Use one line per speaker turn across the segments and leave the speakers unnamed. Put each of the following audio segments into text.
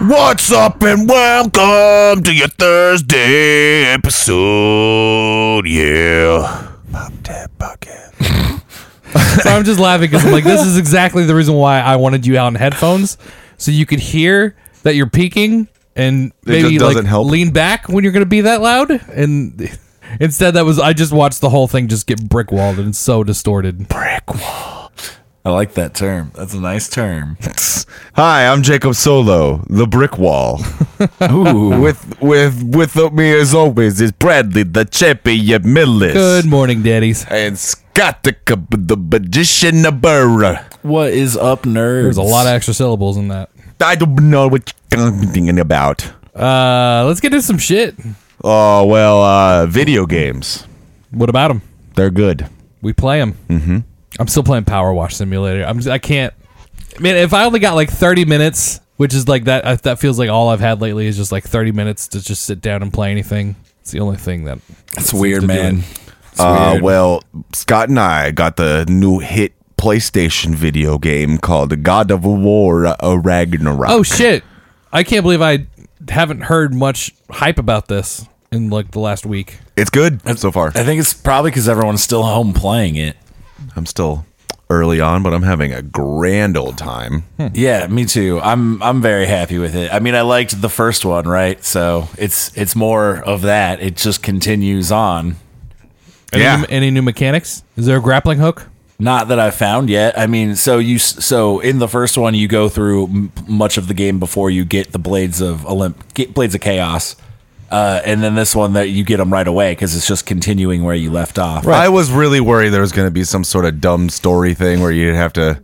What's up and welcome to your Thursday episode. Yeah. Pop that bucket.
So I'm just laughing because I'm like, this is exactly the reason why I wanted you on headphones, so you could hear that you're peaking and
just
maybe like
doesn't help.
lean back when you're gonna be that loud. And instead, that was I just watched the whole thing just get brick walled and so distorted.
Brick wall.
I like that term. That's a nice term. Hi, I'm Jacob Solo, the brick wall.
Ooh.
with with with me as always is Bradley, the champion Millis.
Good morning, daddies.
And Scott, the, c- the magician of burr.
What is up, nerds?
There's a lot of extra syllables in that.
I don't know what you're thinking about.
Uh, let's get into some shit.
Oh, well, uh, video games.
What about them?
They're good.
We play them. Mm-hmm. I'm still playing Power Wash Simulator. I'm just, I can't. Man, if I only got like 30 minutes, which is like that, uh, that feels like all I've had lately is just like 30 minutes to just sit down and play anything. It's the only thing that.
That's
seems
weird,
to do
man.
it.
It's
Uh,
weird.
well, Scott and I got the new hit PlayStation video game called God of War uh, Ragnarok.
Oh shit! I can't believe I haven't heard much hype about this in like the last week.
It's good so far.
I think it's probably because everyone's still home playing it.
I'm still early on, but I'm having a grand old time.
Hmm.
Yeah, me too. I'm I'm very happy with it. I mean, I liked the first one, right? So it's it's more of that. It just continues on.
Any
Yeah.
New, any new mechanics? Is there a grappling hook?
Not that I've found yet. I mean, so you s- so in the first one, you go through m- much of the game before you get the blades of Olymp, get blades of chaos, uh, and then this one that you get them right away because it's just continuing where you left off.
I was really worried there was going to be some sort of dumb story thing where you'd have to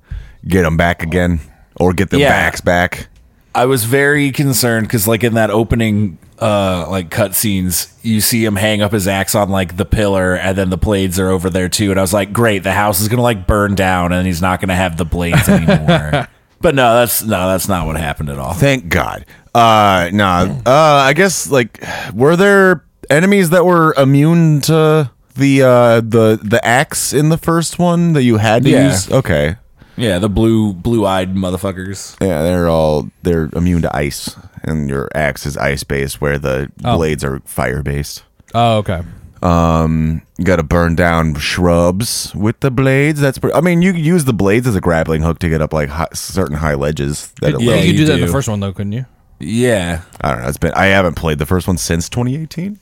get them back again or get them
Yeah.
backs back.
I was very concerned because, like in that opening, uh, like cutscenes, you see him hang up his axe on like the pillar, and then the blades are over there too. And I was like, great, the house is gonna like burn down, and he's not gonna have the blades anymore. but no, that's no, that's not what happened at all.
Thank God. Uh, nah. Uh, I guess like, were there enemies that were immune to the uh the the axe in the first one that you had to
Yeah.
use? Okay.
Yeah, the blue blue eyed motherfuckers.
Yeah, they're all they're immune to ice, and your axe is ice based, where the blades are fire based.
Oh, okay.
You got to burn down shrubs with the blades. That's pretty, I mean, you use the blades as a grappling hook to get up like high, certain high ledges. That it
you
lets-
could do
you
that in the
do.
first one though, couldn't you?
Yeah,
I don't know. It's been I haven't played the first one since 2018.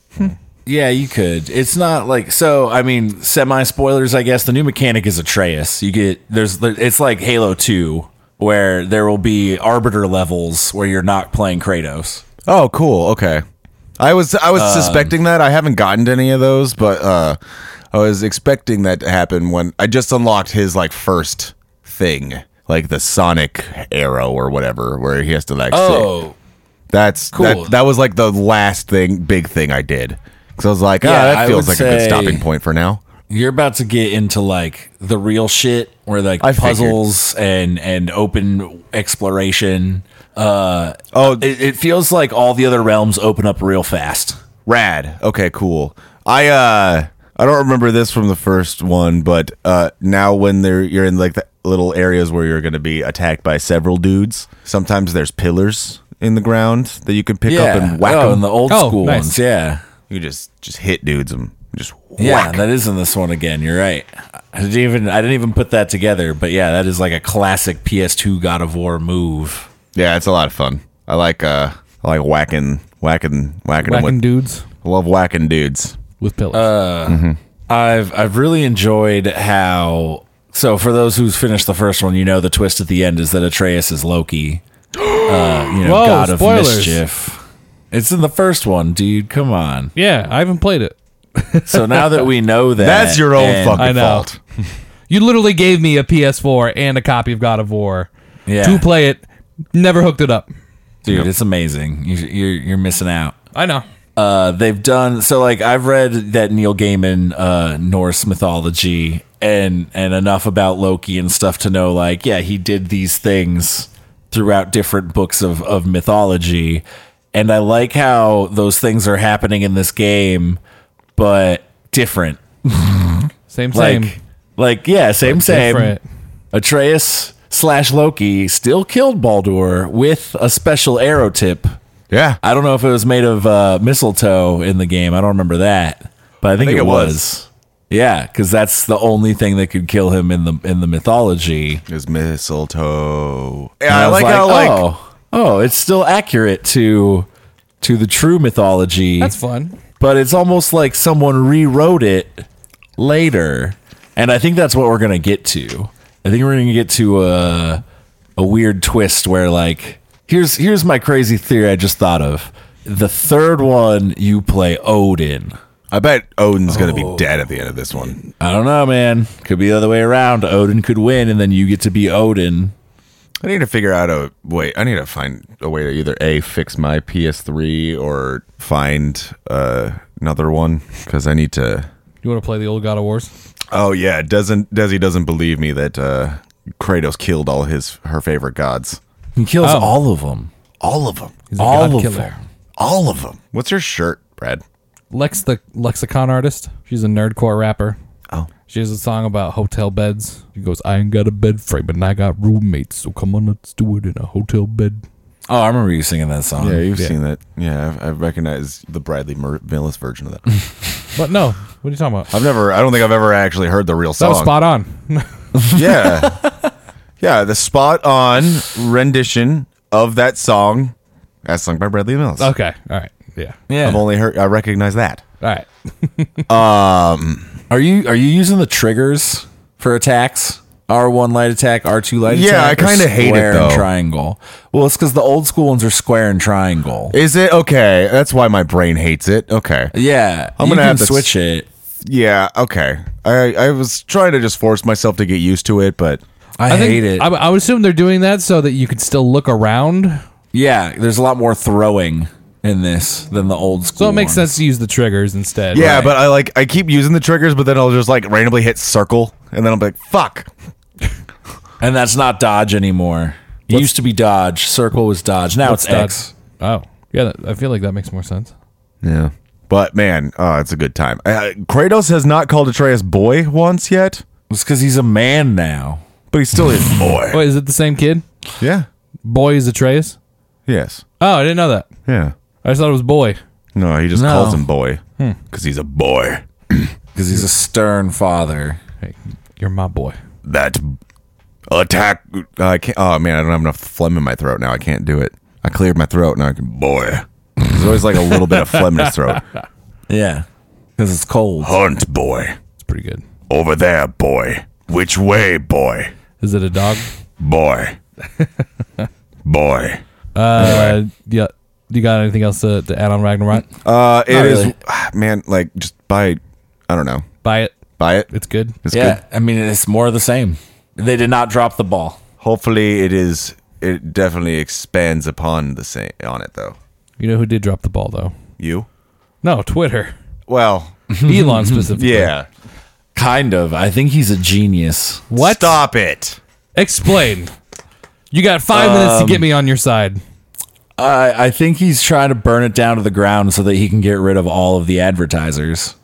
yeah, you could. It's not like so. I mean, semi spoilers. I guess the new mechanic is Atreus. You get there's it's like Halo Two, where there will be Arbiter levels where you're not playing Kratos.
Oh, cool. Okay. I was I
Um,
was suspecting that. I haven't gotten to any of those, but uh I was expecting that to happen when I just unlocked his like first thing, like the Sonic arrow or whatever, where he has to like. stick.
Oh,
that's cool. That,
cool.
that was like the last thing, big thing I did. Because I was like, ah,
Yeah,
that
I
feels
would
like a good
say-
stopping point for now.
you're about to get into like the real shit where like
I figured.
puzzles and and open exploration. Uh,
Oh.
it, it feels like all the other realms open up real fast.
Rad. Okay, cool. I uh I don't remember this from the first one, but uh now when they're you're in like the little areas where you're gonna be attacked by several dudes, sometimes there's pillars in the ground that you can pick up and whack
oh, in
them.
the old
Oh,
school
nice.
ones. Yeah,
you just just hit dudes and just
yeah,
whack.
that is in this one again. You're right. I didn't even I didn't even put that together, but yeah, that is like a classic PS2 God of War move.
yeah, it's a lot of fun. I like uh I like whacking whacking whacking, them
Whacking
with,
dudes
I love whacking dudes.
with pillars.
I've I've really enjoyed how. So for those who's finished the first one, you know the twist at the end is that Atreus is Loki, uh, you know,
Whoa,
god of
spoilers.
mischief. It's in the first one, dude. Come on.
yeah, I haven't played it.
So now that we know that,
That's your own
and-
fucking
I know.
fault.
You literally gave me a PS4 and a copy of God of War
Yeah.
to play it. Never hooked it up.
dude. It's amazing. You, you're you're missing out.
I know.
uh, they've done so like I've read that Neil Gaiman uh, Norse mythology and and enough about Loki and stuff to know like yeah he did these things throughout different books of of mythology and I like how those things are happening in this game but different
Same,
like
same.
like yeah same same
Different.
Atreus slash Loki still killed Baldur with a special arrow tip.
Yeah.
I don't know if it was made of uh, mistletoe in the game. I don't remember that, but I think,
think
it,
it
was.
was.
Yeah, because that's the only thing that could kill him in the in the mythology.
Is mistletoe. Yeah,
And
I,
was
like, how like
oh, oh, it's still accurate to to the true mythology.
That's fun.
but it's almost like someone rewrote it later. And I think that's what we're gonna get to. I think we're gonna get to a a weird twist where like here's here's my crazy theory I just thought of. The third one you play Odin.
I bet Odin's gonna be dead at the end of this one.
I don't know, man. Could be the other way around. Odin could win, and then you get to be Odin.
I need to figure out a way. I need to find a way to either a fix my PS3 or find uh, another one because I need to.
You want to play the old God of Wars?
Oh yeah, doesn't Desi doesn't believe me that uh, Kratos killed all his her favorite gods,
He kills
Oh.
all of them.
all of them,
He's a
All
god
of
killer.
them.
all of them. What's your shirt, Brad?
Lex the lexicon artist. She's a nerdcore rapper.
Oh.
She has a song about hotel beds. She goes, I ain't got a bed frame and I got roommates, so come on, let's do it in a hotel bed.
Oh, I remember you singing that song.
Yeah, you've seen that. Yeah, I've, I recognize the Bradley Mer- Millis version of that.
But no, what are you talking about?
I've never. I don't think I've ever actually heard the real
That
song.
was spot on.
Yeah. yeah, the spot on rendition of that song as sung by Bradley Mills.
okay. All right. Yeah.
Yeah.
I've only heard I recognize that.
All right.
Are you are you using the triggers for attacks? R one light attack, R two light
Yeah,
attack.
I
or
kinda hate it,
square and
though.
triangle. Well, it's because the old school ones are square and triangle.
Is it okay? That's why my brain hates it. Okay.
yeah,
I'm
you
gonna have
can
to
switch it.
Yeah, okay. I I was trying to just force myself to get used to it, but
I,
think-
hate it.
I, I would assume they're doing that so that you can still look around.
yeah, there's a lot more throwing in this than the old school.
So it makes
ones.
sense to use the triggers instead.
yeah,
Right.
but I like I keep using the triggers, but then I'll just like randomly hit circle and then I'll be like, "Fuck."
and that's not dodge anymore. It used to be dodge. Circle was dodge. Now it's
What's that?
X.
Oh. Yeah, that, I feel like that makes more sense.
Yeah. But man, oh, it's a good time. Uh, Kratos has not called Atreus boy once yet,
It's because he's a man now.
but he still is boy.
Wait, is it the same kid?
Yeah.
Boy is Atreus?
Yes.
Oh, I didn't know that.
Yeah.
I just thought it was boy.
No, he just
No. Hmm.
calls him boy because he's a boy.
Because he's a stern father.
Hey, you're my boy.
That attack. I can't. Oh man, I don't have enough phlegm in my throat now. I can't do it. I cleared my throat. Now I can boy. There's always like a little bit of phlegm in his throat.
Yeah, because it's cold.
Hunt, boy.
It's pretty good.
Over there, boy. Which way, boy?
Is it a dog?
Boy. boy.
Uh, yeah. You got anything else to, to add on Ragnarok?
Uh, it is
really.
man. Like just buy. I don't know.
Buy it.
Buy it.
It's good.
It's
yeah,
good.
I mean it's more of the same. They did not drop the ball.
Hopefully, it is. It definitely expands upon the same on it though.
You know who did drop the ball though?
You.
No, Twitter.
Well.
Elon specifically.
Yeah.
Kind of. I think he's a genius.
What?
Stop it.
Explain. You got five minutes to
Um,
get me on your side.
I I think he's trying to burn it down to the ground so that he can get rid of all of the advertisers.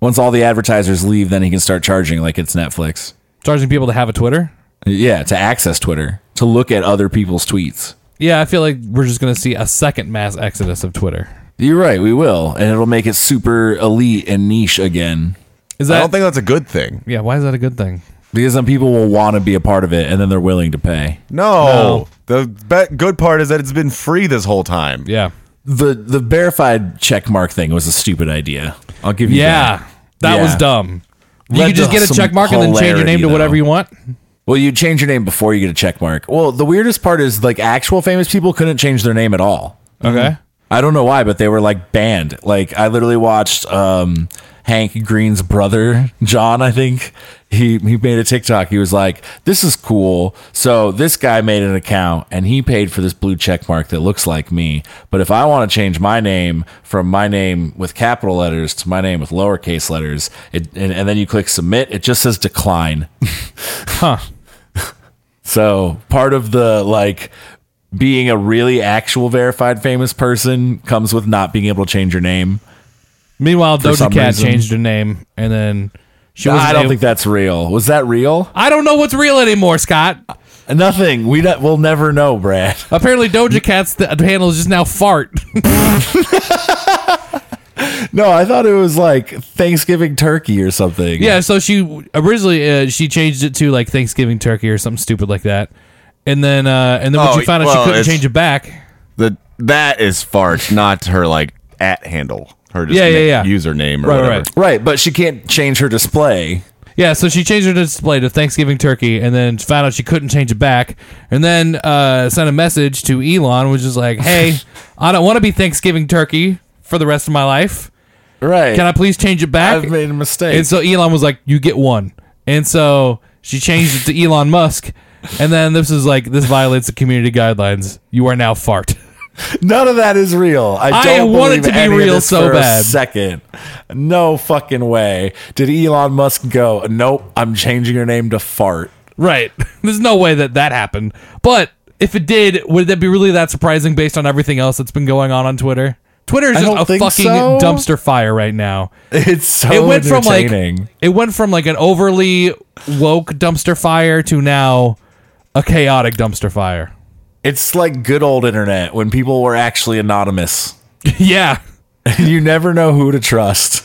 Once all the advertisers leave, then he can start charging like it's Netflix.
Charging people to have a Twitter?
Yeah, to access Twitter, to look at other people's tweets.
Yeah, I feel like we're just gonna see a second mass exodus of Twitter.
You're right, we will, and it'll make it super elite and niche again.
Is
I
that?
don't think that's a good thing.
yeah. Why is that a good thing?
Because then people will want to be a part of it, and then they're willing to pay.
No. The be- good part is that it's been free this whole time.
Yeah.
The the verified checkmark thing was a stupid idea. I'll give you that.
Yeah. That
Yeah.
was dumb. You
Led
could just
to
get a
some
check mark and then change your name
hilarity,
to whatever
though.
you want.
Well, you change your name before you get a check mark. Well, the weirdest part is like actual famous people couldn't change their name at all.
Okay.
I don't know why, but they were like banned. Like I literally watched um, Hank Green's brother, John, I think. He he made a TikTok. He was like, "This is cool." So this guy made an account and he paid for this blue check mark that looks like me. But if I want to change my name from my name with capital letters to my name with lowercase letters, it, and, and then you click submit, it just says decline.
Huh.
So part of the like being a really actual verified famous person comes with not being able to change your name.
Meanwhile, Doja
some
Cat
reason.
changed her name, and then she was.
I don't think that's real. Was that real?
I don't know what's real anymore, Scott.
Nothing. We don't, we'll never know, Brad.
Apparently, Doja Cat's the handle is just now fart.
No, I thought it was like Thanksgiving turkey or something.
yeah, so she originally uh, she changed it to like Thanksgiving turkey or something stupid like that, and then uh, and then when
Oh,
she found out
well,
she couldn't
it's-
change it back,
The that is fart, not her like at handle. Her just
Yeah, yeah,
na-
yeah.
username or
Right,
whatever.
right.
Right, but she can't change her display.
Yeah, so she changed her display to Thanksgiving turkey, and then found out she couldn't change it back, and then uh, sent a message to Elon, which is like, "Hey, I don't want to be Thanksgiving turkey for the rest of my life.
Right.
Can I please change it back?"
I've made a mistake.
and so Elon was like, "You get one." And so she changed it to Elon Musk, and then this is like, "This violates the community guidelines. You are now fart."
None of that is real. I,
I
don't
want it to
believe
be
any of
real
this
so
for
bad.
A second, no fucking way. Did Elon Musk go? Nope. I'm changing your name to fart.
Right. There's no way that that happened. But if it did, would that be really that surprising based on everything else that's been going on on Twitter? Twitter is
I
just
don't
a
think
fucking
so.
dumpster fire right now.
It's so
It went from like
entertaining.
it went from like an overly woke dumpster fire to now a chaotic dumpster fire.
it's like good old internet when people were actually anonymous.
yeah.
you never know who to trust.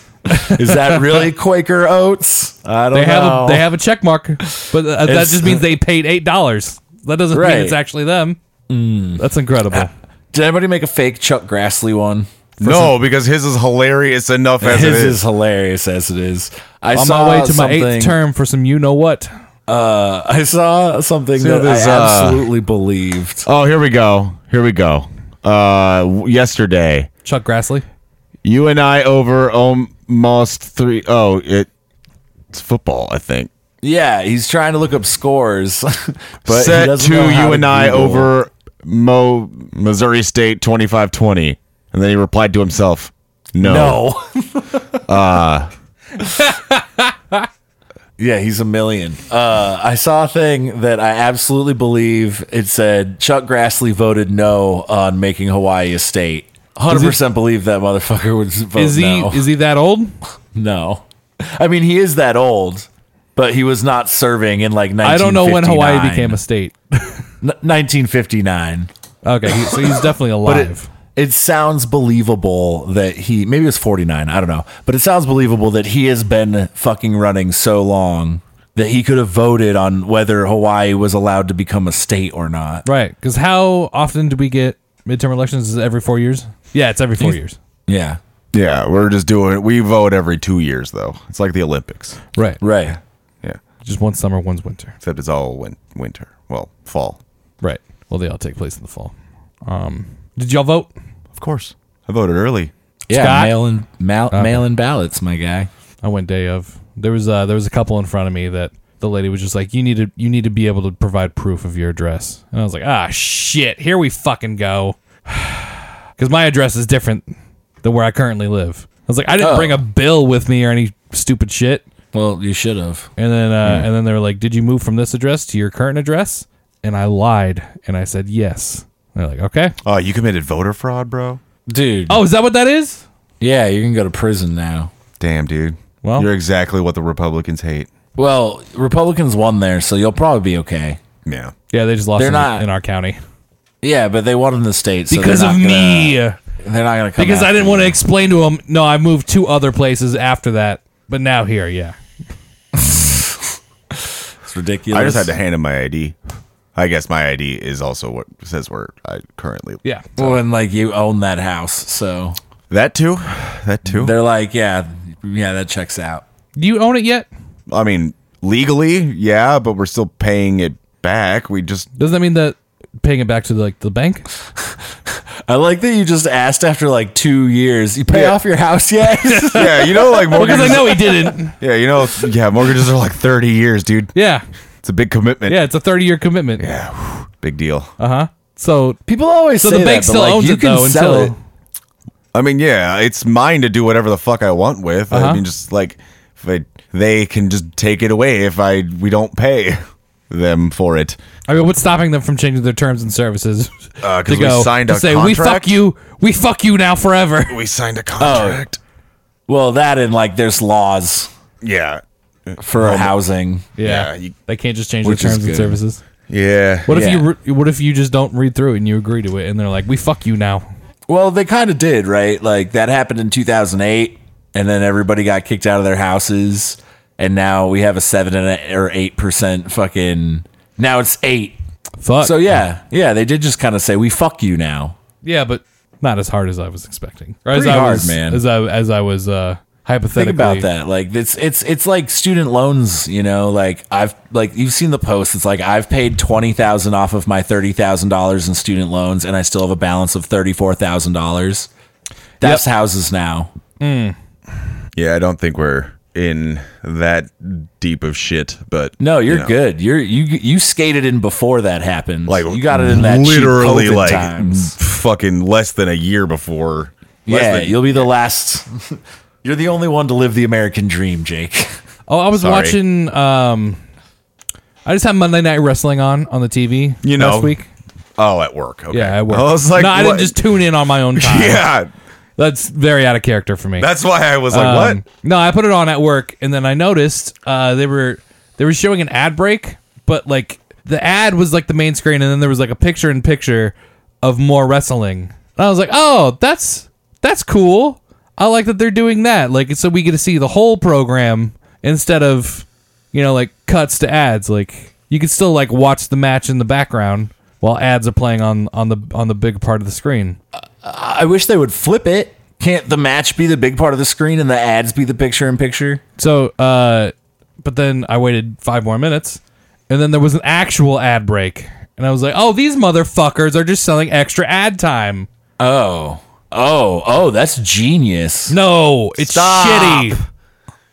Is that really Quaker Oats? I don't
They have
know.
a they have a check mark, but uh, that
It's-
just means they paid $8. That doesn't
Right. Mm.
mean it's actually them. That's incredible.
Did anybody make a fake Chuck Grassley one?
No, because his is hilarious enough as
His
it
is.
is.
hilarious as it is. I
On
saw
my way to my
something-
eighth term for some you know what.
I saw something
So
that
there's,
I
uh,
absolutely believed.
Oh, here we go. Here we go. Uh, w- yesterday,
Chuck Grassley.
you and I over almost three. Oh, it, it's football, I think.
Yeah, he's trying to look up scores, but he
Set
doesn't
two,
know how
you
to
and I
Google.
over Mo Missouri State twenty five twenty, and then he replied to himself, "No."
No. Uh, yeah, he's a million. Uh, I saw a thing that I absolutely believe. It said Chuck Grassley voted no on making Hawaii a state. Hundred percent believe that motherfucker would vote
Is he
Oh, no.
is he that old?
no, I mean he is that old, but he was not serving in like. 1959.
I don't know when Hawaii became a state.
N- 1959.
Okay, he, so he's definitely
But
alive.
it, it sounds believable that he maybe it was 49, I don't know. But it sounds believable that he has been fucking running so long that he could have voted on whether Hawaii was allowed to become a state or not.
right, because how often do we get midterm elections? Is it every four years? Yeah, it's every four years.
Yeah.
Yeah, we're just doing. We vote every two years, though. It's like the Olympics,
Right,
Right.
yeah.
just one summer, one's winter.
Except it's all win- winter. Well, fall,
Right. Well, they all take place in the fall. Um, did y'all vote?
of course. I voted early.
Yeah,
Scott?
mail-in mail, mail-in ballots, my guy.
I went day of. There was uh, there was a couple in front of me that the lady was just like, "You need to you need to be able to provide proof of your address," and I was like, "Ah, shit, here we fucking go," because my address is different than where I currently live. I was like, I didn't
Oh.
bring a bill with me or any stupid shit.
Well, you should have.
And then uh,
Hmm.
and then they were like, "Did you move from this address to your current address?" And I lied and I said yes. And they're like, "Okay."
Oh, you committed voter fraud, bro.
Dude.
Oh, is that what that is?
Yeah, you can go to prison now.
Damn, dude.
Well-
you're exactly what the Republicans hate.
Well, Republicans won there, so you'll probably be okay.
Yeah.
Yeah, they just lost
They're
in,
not-
in our county
Yeah, but they won in the state so
because
they're
of
not
me.
gonna- they're not going to come
because I
after
didn't want to
you.
explain to him. No, I moved to other places after that, but now here, yeah.
It's ridiculous.
I just had to hand him my ID. I guess my ID is also what says where I currently.
Yeah.
Well, and like you own that house, so
That too. That too.
they're like, yeah, yeah, that checks out.
Do you own it yet?
I mean, legally, yeah, but we're still paying it back. We just
Doesn't that mean that paying it back to the, like the bank?
I like that you just asked after like two years. You pay
Yeah.
off your house yet?
yeah, you know, like
Because I
mortgages.
know he didn't.
yeah, you know, yeah, mortgages are like thirty years, dude.
Yeah.
It's a big commitment.
Yeah, it's a 30-year commitment. Yeah.
big deal.
Uh-huh. So
People always
so
say
the bank
that, but,
still
like,
owns
you
it
can
though
sell
until
it.
I mean, yeah, it's mine to do whatever the fuck I want with. I
Uh-huh.
mean, just like if I, they can just take it away if I we don't pay them for it.
I mean, what's stopping them from changing their terms and services?
Uh, 'cause
to
we
go
signed
to
a
say we fuck
contract?"
you, we fuck you now forever.
We signed
Oh.
a contract.
Well, that and like there's laws
Yeah,
for housing.
Yeah,
Yeah, you-
they can't just change
Which
their
is
terms and
good.
services.
Yeah.
What if
Yeah.
you? Re- what if you just don't read through it and you agree to it, and they're like, "We fuck you now."
Well, they kind of did, right? Like that happened in 2008, and then everybody got kicked out of their houses, and now we have a seven and a, or eight percent fucking. Now it's eight.
Fuck.
So yeah, yeah, they did just kind of say we fuck you now.
yeah, but not as hard as I was expecting. Or as
Pretty
I
hard,
was,
man.
As I as I was uh, hypothetically
Think about that. Like it's it's it's like student loans. You know, like I've like you've seen the post. It's like I've paid twenty thousand off of my thirty thousand dollars in student loans, and I still have a balance of thirty four thousand dollars. That's houses now.
Yeah, I don't think we're in that deep of shit, but
No, you're
you know.
good. You're you you skated in before that happened.
Like
you got it in that cheap
literally
COVID
like
times.
fucking less than a year before. Less
Yeah,
than-
you'll be the last. you're the only one to live the American dream, Jake.
Oh, I was
Sorry.
watching. Um, I just had Monday Night Wrestling on on the TV.
You know,
last week.
oh, at work. Okay.
Yeah, I worked.
I was like,
no, I didn't
what?
just tune in on my own time.
yeah,
that's very out of character for me.
that's why I was like,
Um,
what?
No, I put it on at work, and then I noticed uh, they were they were showing an ad break, but like the ad was like the main screen, and then there was like a picture in picture of more wrestling. And I was like, oh, that's that's cool. I like that they're doing that. Like, so we get to see the whole program instead of you know like cuts to ads. Like, you can still like watch the match in the background while ads are playing on on the on the big part of the screen.
I wish they would flip it. Can't the match be the big part of the screen and the ads be the picture in picture?
So, uh, but then I waited five more minutes, and then there was an actual ad break, and I was like, "Oh, these motherfuckers are just selling extra ad time."
Oh, oh, oh, that's genius.
No, it's
Stop.
shitty.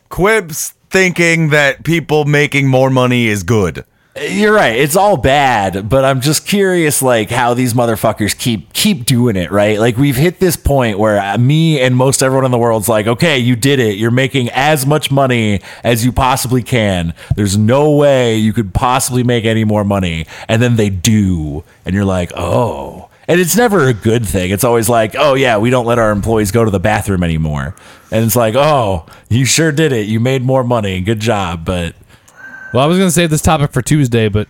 Quibs thinking that people making more money is good.
You're right. It's all bad, but I'm just curious, like how these motherfuckers keep keep doing it, right? Like we've hit this point where uh, me and most everyone in the world's like, okay, you did it. You're making as much money as you possibly can. There's no way you could possibly make any more money, and then they do, and you're like, oh. And it's never a good thing. It's always like, oh yeah, we don't let our employees go to the bathroom anymore, and it's like, oh, you sure did it. You made more money. Good job, but.
Well, I was gonna save this topic for Tuesday, but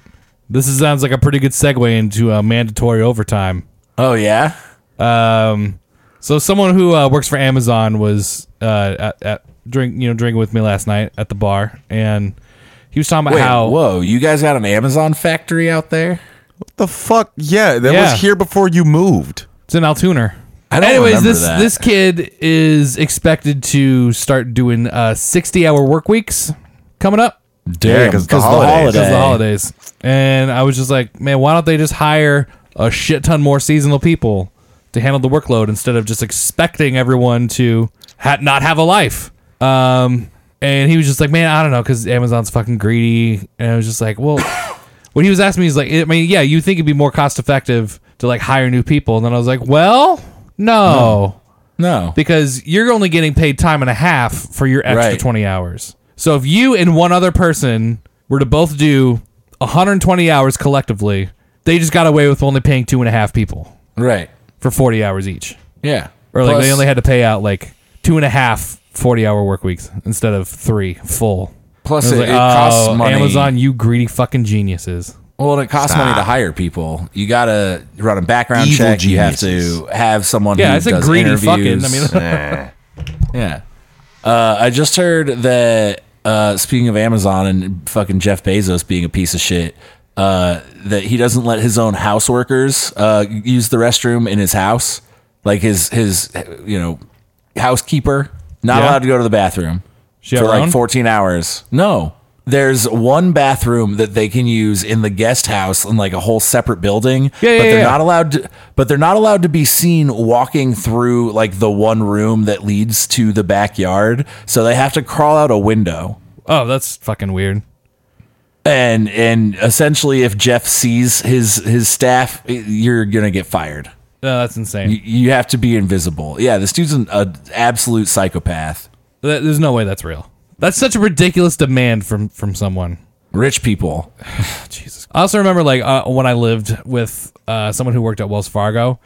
this is, sounds like a pretty good segue into uh, mandatory overtime.
Oh yeah,
Um, so someone who uh, works for Amazon was uh, at, at drink, you know, drinking with me last night at the bar, and he was talking about
Wait,
how
Whoa, you guys got an Amazon factory out there?
The fuck? Yeah, that
Yeah.
was here before you moved.
It's in Altoona.
I don't
Anyways,
remember
this
that.
this kid is expected to start doing uh, sixty hour work weeks coming up
Damn,
'cause the holidays.
because of the holidays. And I was just like, man, why don't they just hire a shit ton more seasonal people to handle the workload instead of just expecting everyone to ha- not have a life? Um, and he was just like, man, I don't know, because Amazon's fucking greedy. And I was just like, well, what he was asking me is like, I mean, yeah, you think it'd be more cost effective to like hire new people? And then I was like, well, no
No.
because you're only getting paid time and a half for your extra
Right.
20 hours. So if you and one other person were to both do 120 hours collectively, they just got away with only paying two and a half people
Right.
for 40 hours each.
Yeah.
Or like
Plus-
they only had to pay out like two and a half 40 hour work weeks instead of three full.
plus
I was
it,
like,
it costs
"Oh,
money.
Amazon, you greedy fucking geniuses.
Well, it costs money to hire people. You gotta run a background
Evil
check. You
geniuses.
have to have someone.
Yeah,
who
it's a
does
greedy
interviews.
fucking. I mean,
Yeah. Uh, I just heard that uh, speaking of Amazon and fucking Jeff Bezos being a piece of shit, uh, that he doesn't let his own house workers uh, use the restroom in his house. Like his his you know housekeeper not
Yeah.
allowed to go to the bathroom
She
for
had her
like
own?
14 hours. No. There's one bathroom that they can use in the guest house in like a whole separate building.
Yeah, yeah,
but they're
yeah.
not allowed to, but they're not allowed to be seen walking through like the one room that leads to the backyard. So they have to crawl out a window.
oh, that's fucking weird.
And and essentially if Jeff sees his his staff, you're going to get fired.
No, that's insane.
You, you have to be invisible. Yeah, this dude's an a absolute psychopath.
Th- There's no way that's real. That's such a ridiculous demand from from someone.
Rich people.
I also remember like uh, when I lived with uh, someone who worked at Wells Fargo.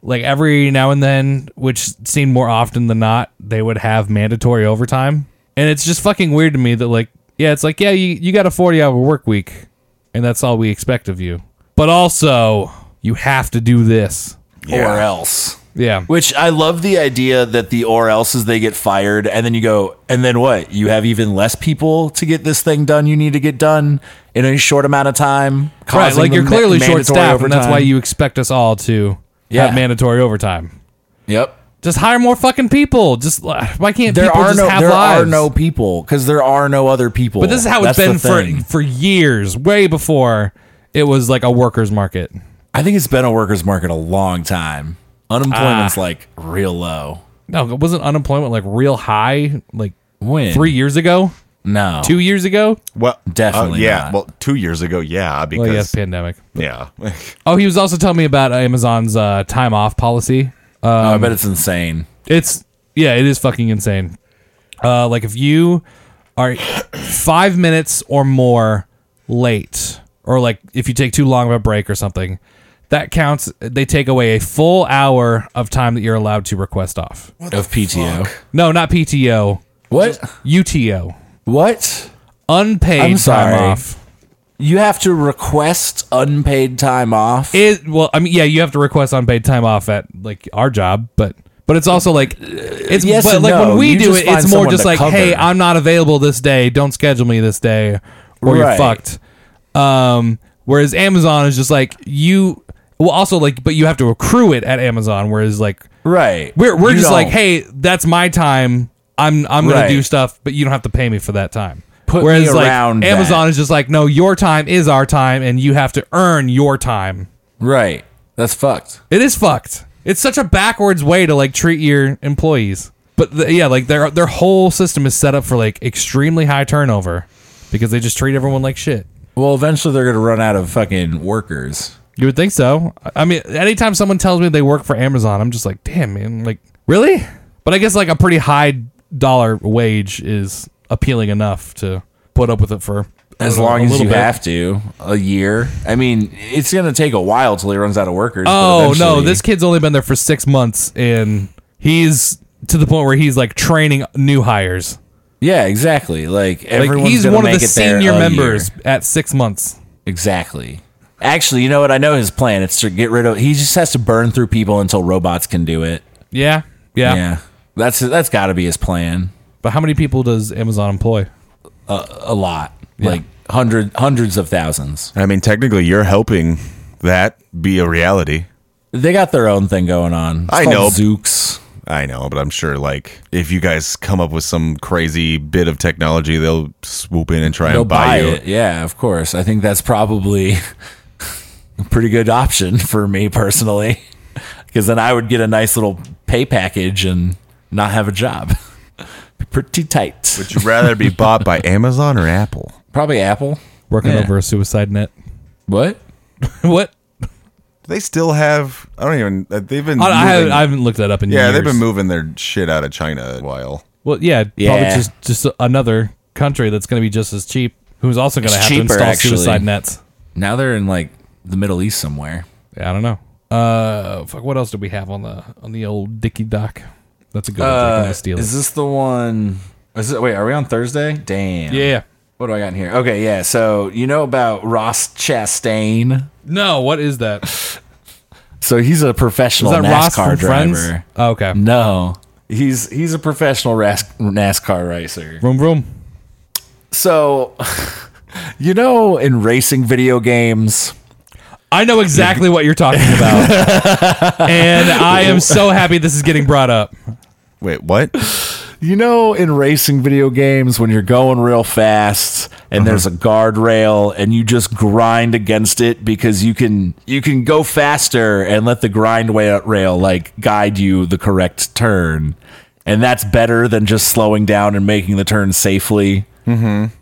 Like every now and then, which seemed more often than not, they would have mandatory overtime, and it's just fucking weird to me that like, yeah, it's like yeah, you, you got a forty hour work week, and that's all we expect of you. But also, you have to do this.
or else.
Yeah.
Which I love the idea that the or else is they get fired, and then you go, and then what? You have even less people to get this thing done. You need to get done in a short amount of time.
Right,
causing
like
the
you're
ma-
clearly short
mandatory
staffed, and that's
overtime.
why you expect us all to
Yeah.
have mandatory overtime.
Yep.
Just hire more fucking people. Just uh, why can't
There
people
are
just
no
have
there
lives?
are no people because there are no other people.
But this is how it's been for for years, way before it was like a workers market.
I think it's been a workers' market a long time. Unemployment's
Ah.
like real low.
No, it wasn't unemployment like real high like
When
three years ago,
No.
two years ago.
Well,
Definitely
uh, yeah.
not.
Well, two years ago, yeah,
Well, yes,
because
pandemic.
yeah,
Oh, he was also telling me about Amazon's uh, time off policy.
Oh, I
um,
bet it's insane.
It's yeah, it is fucking insane. Uh, like if you are five minutes or more late, or like if you take too long of a break or something, that counts. They take away a full hour of time that you're allowed to request off.
of PTO.
No, not PTO,
What?
UTO,
What?
unpaid
I'm sorry.
time off.
You have to request unpaid time off.
It well, I mean, yeah, you have to request unpaid time off at like our job, but but it's also like it's
Yes
but
and
like
no.
when we
You
do
just
it,
find
it's more
someone
just
to
like,
cover.
hey, I'm not available this day. Don't schedule me this day, or you're
Right.
fucked. Um, whereas Amazon is just like you. Well, also like, but you have to accrue it at Amazon. Whereas like
right.
we're we're
You
just like,
don't
hey, that's my time. I'm I'm gonna
Right.
do stuff, but you don't have to pay me for that time.
Put
Whereas
me
like
around
Amazon
that.
is just like, no, your time is our time, and you have to earn your time.
Right. That's fucked.
It is fucked. It's such a backwards way to like treat your employees. But the, yeah, like their their whole system is set up for like extremely high turnover because they just treat everyone like shit.
Well, eventually they're going to run out of fucking workers.
You would think so. I- I mean, anytime someone tells me they work for Amazon, I'm just like, damn, man, like really? But I guess like a pretty high dollar wage is appealing enough to put up with it for I
As
don't know,
long
a
as
little
you
bit.
have to, a year. I mean, it's going to take a while till he runs out of workers. but
Oh no,
eventually-
this kid's only been there for six months, and he's to the point where he's like training new hires.
Yeah, exactly. Like
Like
everyone's
he's
gonna
one of
make
the
it there
senior
a
members
year.
at six months.
Exactly. Actually, you know what? I know his plan. It's to get rid of. He just has to burn through people until robots can do it.
Yeah, yeah.
Yeah, that's that's got to be his plan.
But how many people does Amazon employ?
A lot, like hundred hundreds of thousands.
I mean, technically, you're helping that be a reality.
They got their own thing going on. It's
I
called
know.
Zooks.
I know, but I'm sure, like, if you guys come up with some crazy bit of technology, they'll swoop in and try
They'll
and buy,
buy
you.
it. Yeah, of course. I think that's probably a pretty good option for me personally, because then I would get a nice little pay package and not have a job. Be pretty tight.
Would you rather be bought by Amazon or Apple?
probably Apple.
Working
Yeah.
over a suicide net.
What?
what?
They still have. I don't even. uh, They've been.
I, I, haven't,
moving-
I haven't looked that up in
yeah,
years.
they've been moving their shit out of China a while.
Well, yeah, probably
Yeah.
just just another country that's going to be just as cheap. Who's also going to
It's
have
cheaper,
to install
actually.
suicide nets?
Now they're in like the Middle East somewhere.
Yeah, I don't know. Uh, fuck. What else do we have on the on the old Dicky Dock? That's a good one. I'm gonna steal it.
Uh, is this the one? Is it? Wait, are we on Thursday? Damn.
yeah.
What do I got in here? Okay, yeah. So you know about Ross Chastain?
No, what is that? Is
So he's a professional
that
NASCAR
Ross from
driver.
Friends? Oh, okay.
No, he's he's a professional ras- NASCAR racer.
Vroom vroom.
So you know, in racing video games,
I know exactly what you're talking about. and I am so happy this is getting brought up.
Wait, what?
You know, in racing video games, when you're going real fast and
Uh-huh.
there's a guardrail and you just grind against it because you can you can go faster and let the grind wa- rail like guide you the correct turn, and that's better than just slowing down and making the turn safely. Mm-hmm.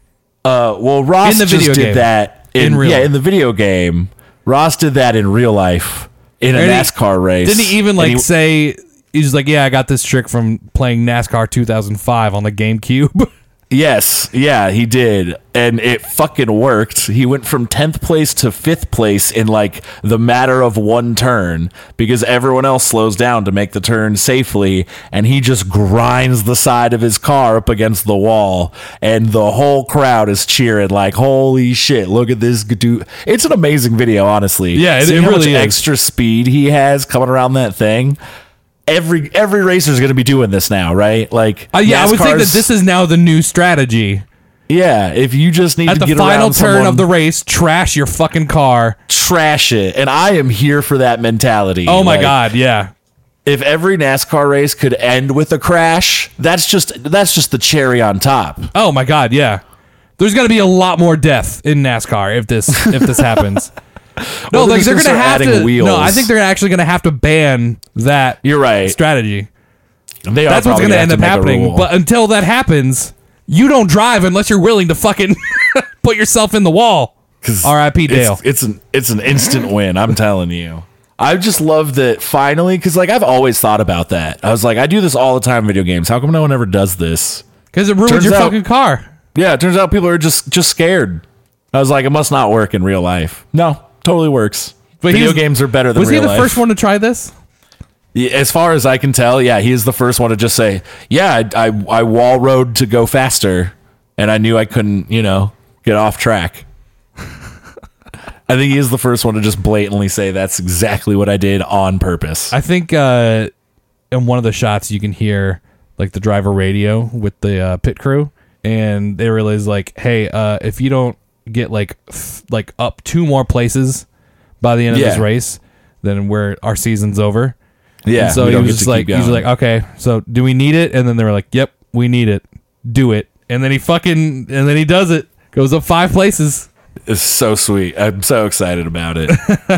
Uh, well, Ross
In the
just
video
did
game.
that in,
In real
yeah
life.
in the video game. Ross did that in real life in a
And he-
NASCAR race.
Didn't he even
And
like say he's like, Yeah, I got this trick from playing NASCAR two thousand five on the GameCube.
Yes, yeah, he did. And it fucking worked. He went from 10th place to 5th place in like the matter of one turn because everyone else slows down to make the turn safely. And he just grinds the side of his car up against the wall. And the whole crowd is cheering, like, holy shit, look at this dude. It's an amazing video, honestly.
Yeah, it-
See
it
how much
really is.
extra speed he has coming around that thing. Every every racer is going to be doing this now, right? Like,
Uh, yeah, I would think that
NASCAR's-
this is now the new strategy.
yeah, if you just need
At
to
the
get
final
around
turn
someone,
of the race, trash your fucking car.
trash it, and I am here for that mentality.
Oh my
Like,
god, yeah.
If every NASCAR race could end with a crash, that's just that's just the cherry on top.
Oh my god, yeah. There's gonna be a lot more death in NASCAR if this if this happens. No,
Well, they're
like
just
they're
gonna
gonna
start
have
adding
to.
wheels.
No, I think they're actually gonna have to ban that
You're right.
strategy.
They are
That's what's
probably
gonna
have
end up
make a
happening.
rule.
But until that happens, you don't drive unless you're willing to fucking put yourself in the wall.
'Cause
R.I.P. Dale.
It's, it's an it's an instant win. I'm telling you. I just love that finally because like I've always thought about that. I was like, I do this all the time in video games. How come no one ever does this?
Because it ruins
Turns
your
out-
fucking car.
Yeah, it turns out people are just just scared. I was like, it must not work in real life. No, totally works.
But he
video
was-
games are better than
Was he
real
the
life.
first one to try this?
Yeah, As far as I can tell, yeah, he is the first one to just say, "Yeah, I, I, I wall rode to go faster, and I knew I couldn't, you know, get off track." I think he is the first one to just blatantly say that's exactly what I did on purpose.
I think uh, in one of the shots you can hear like the driver radio with the uh, pit crew, and they realize like, hey, uh, if you don't get like f- like up two more places by the end of this
Yeah.
race, then we're our season's over.
yeah,
And so
we
he
don't
was
get
just
to
like,
keep
he was
going.
like, okay, so do we need it? And then they were like, yep, we need it. Do it. And then he fucking and then he does it. Goes up five places.
It's so sweet. I'm so excited about it.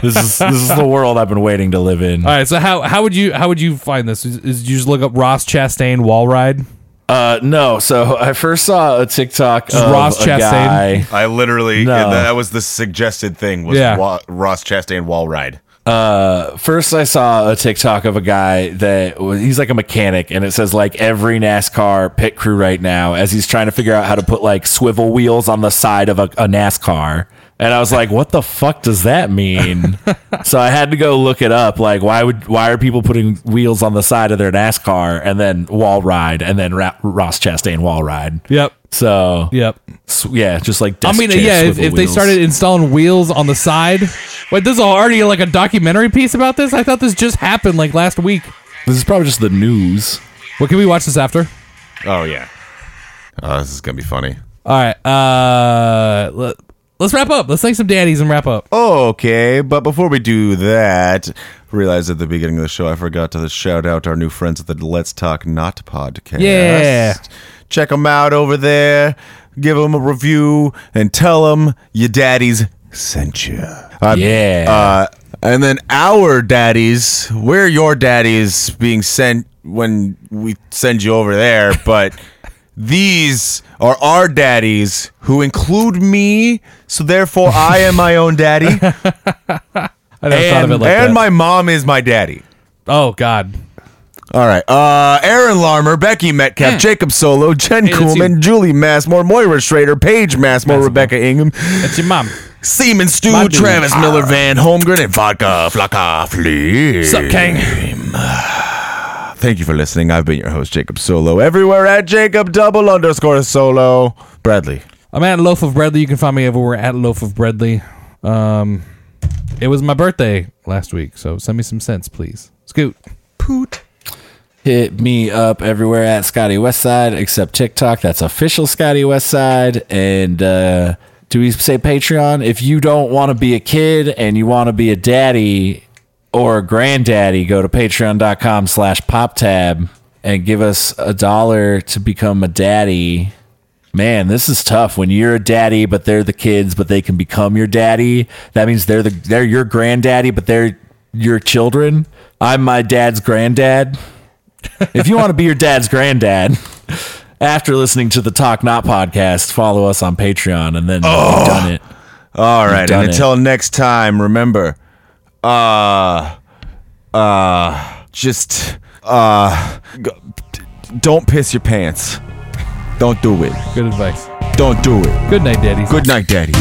this is this is the world I've been waiting to live in.
All right. So how how would you how would you find this? Is, is you just look up Ross Chastain wall ride?
Uh, no, so I first saw a TikTok
Just
of
Ross
a
Chastain?
guy.
I literally
No.
that was the suggested thing was
Yeah.
wa- Ross Chastain wall ride.
First, I saw a TikTok of a guy that was, he's like a mechanic, and it says like every NASCAR pit crew right now as he's trying to figure out how to put like swivel wheels on the side of a, a NASCAR. And I was like, what the fuck does that mean? so I had to go look it up. Like, why would why are people putting wheels on the side of their NASCAR and then wall ride and then Ra- Ross Chastain wall ride?
Yep.
So
Yep.
s- yeah, just like
I
disc
mean,
chairs,
yeah, if,
swivel
if they
wheels.
started installing wheels on the side. Wait, this is already like a documentary piece about this? I thought this just happened like last week.
this is probably just the news.
Well, can we watch this after?
Oh yeah. Oh, this is gonna be funny.
All right. Uh, let, us wrap up. Let's thank some daddies and wrap up.
Okay, but before we do that, realize at the beginning of the show I forgot to shout out our new friends at the Let's Talk Not podcast.
Yeah.
Check them out over there. Give them a review and tell them your daddies sent you. Uh,
Yeah.
Uh, and then our daddies, we're your daddies being sent when we send you over there, but these are our daddies who include me, so therefore I am my own daddy.
I never thought of it like
and
that.
my mom is my daddy.
oh, God.
All right. Uh, Aaron Larmer, Becky Metcalf, Jacob Solo, Jen
that's
Kuhlman,
you.
Julie Massmore, Moira Schrader, Paige Massmore, Rebecca Ingham,
That's your mom.
Seaman Stew,
My dude.
Travis Miller, Van Holmgren, and Vodka Flocka Flea.
Sup, Kang?
Thank you for listening. I've been your host, Jacob Solo. Everywhere at Jacob double underscore solo. Bradley.
I'm at Loaf of Breadley. You can find me everywhere at Loaf of Breadley. Um, it was my birthday last week, so send me some cents, please. Scoot.
Hit me up everywhere at Scotty Westside except TikTok. That's official Scotty Westside. And uh, do we say Patreon? If you don't want to be a kid and you want to be a daddy or a granddaddy, go to patreon.com slash pop tab and give us a dollar to become a daddy. Man, this is tough. When you're a daddy, but they're the kids, but they can become your daddy. That means they're the they're your granddaddy, but they're your children. I'm my dad's granddad. if you want to be your dad's granddad, after listening to the Talk Not podcast, follow us on Patreon, and then you've done it.
All right.
done
And
it.
until next time, remember, uh, uh, just, uh, g- don't piss your pants. Don't do it.
Good advice.
Don't do it.
Good night, daddies.
Good night, Daddy.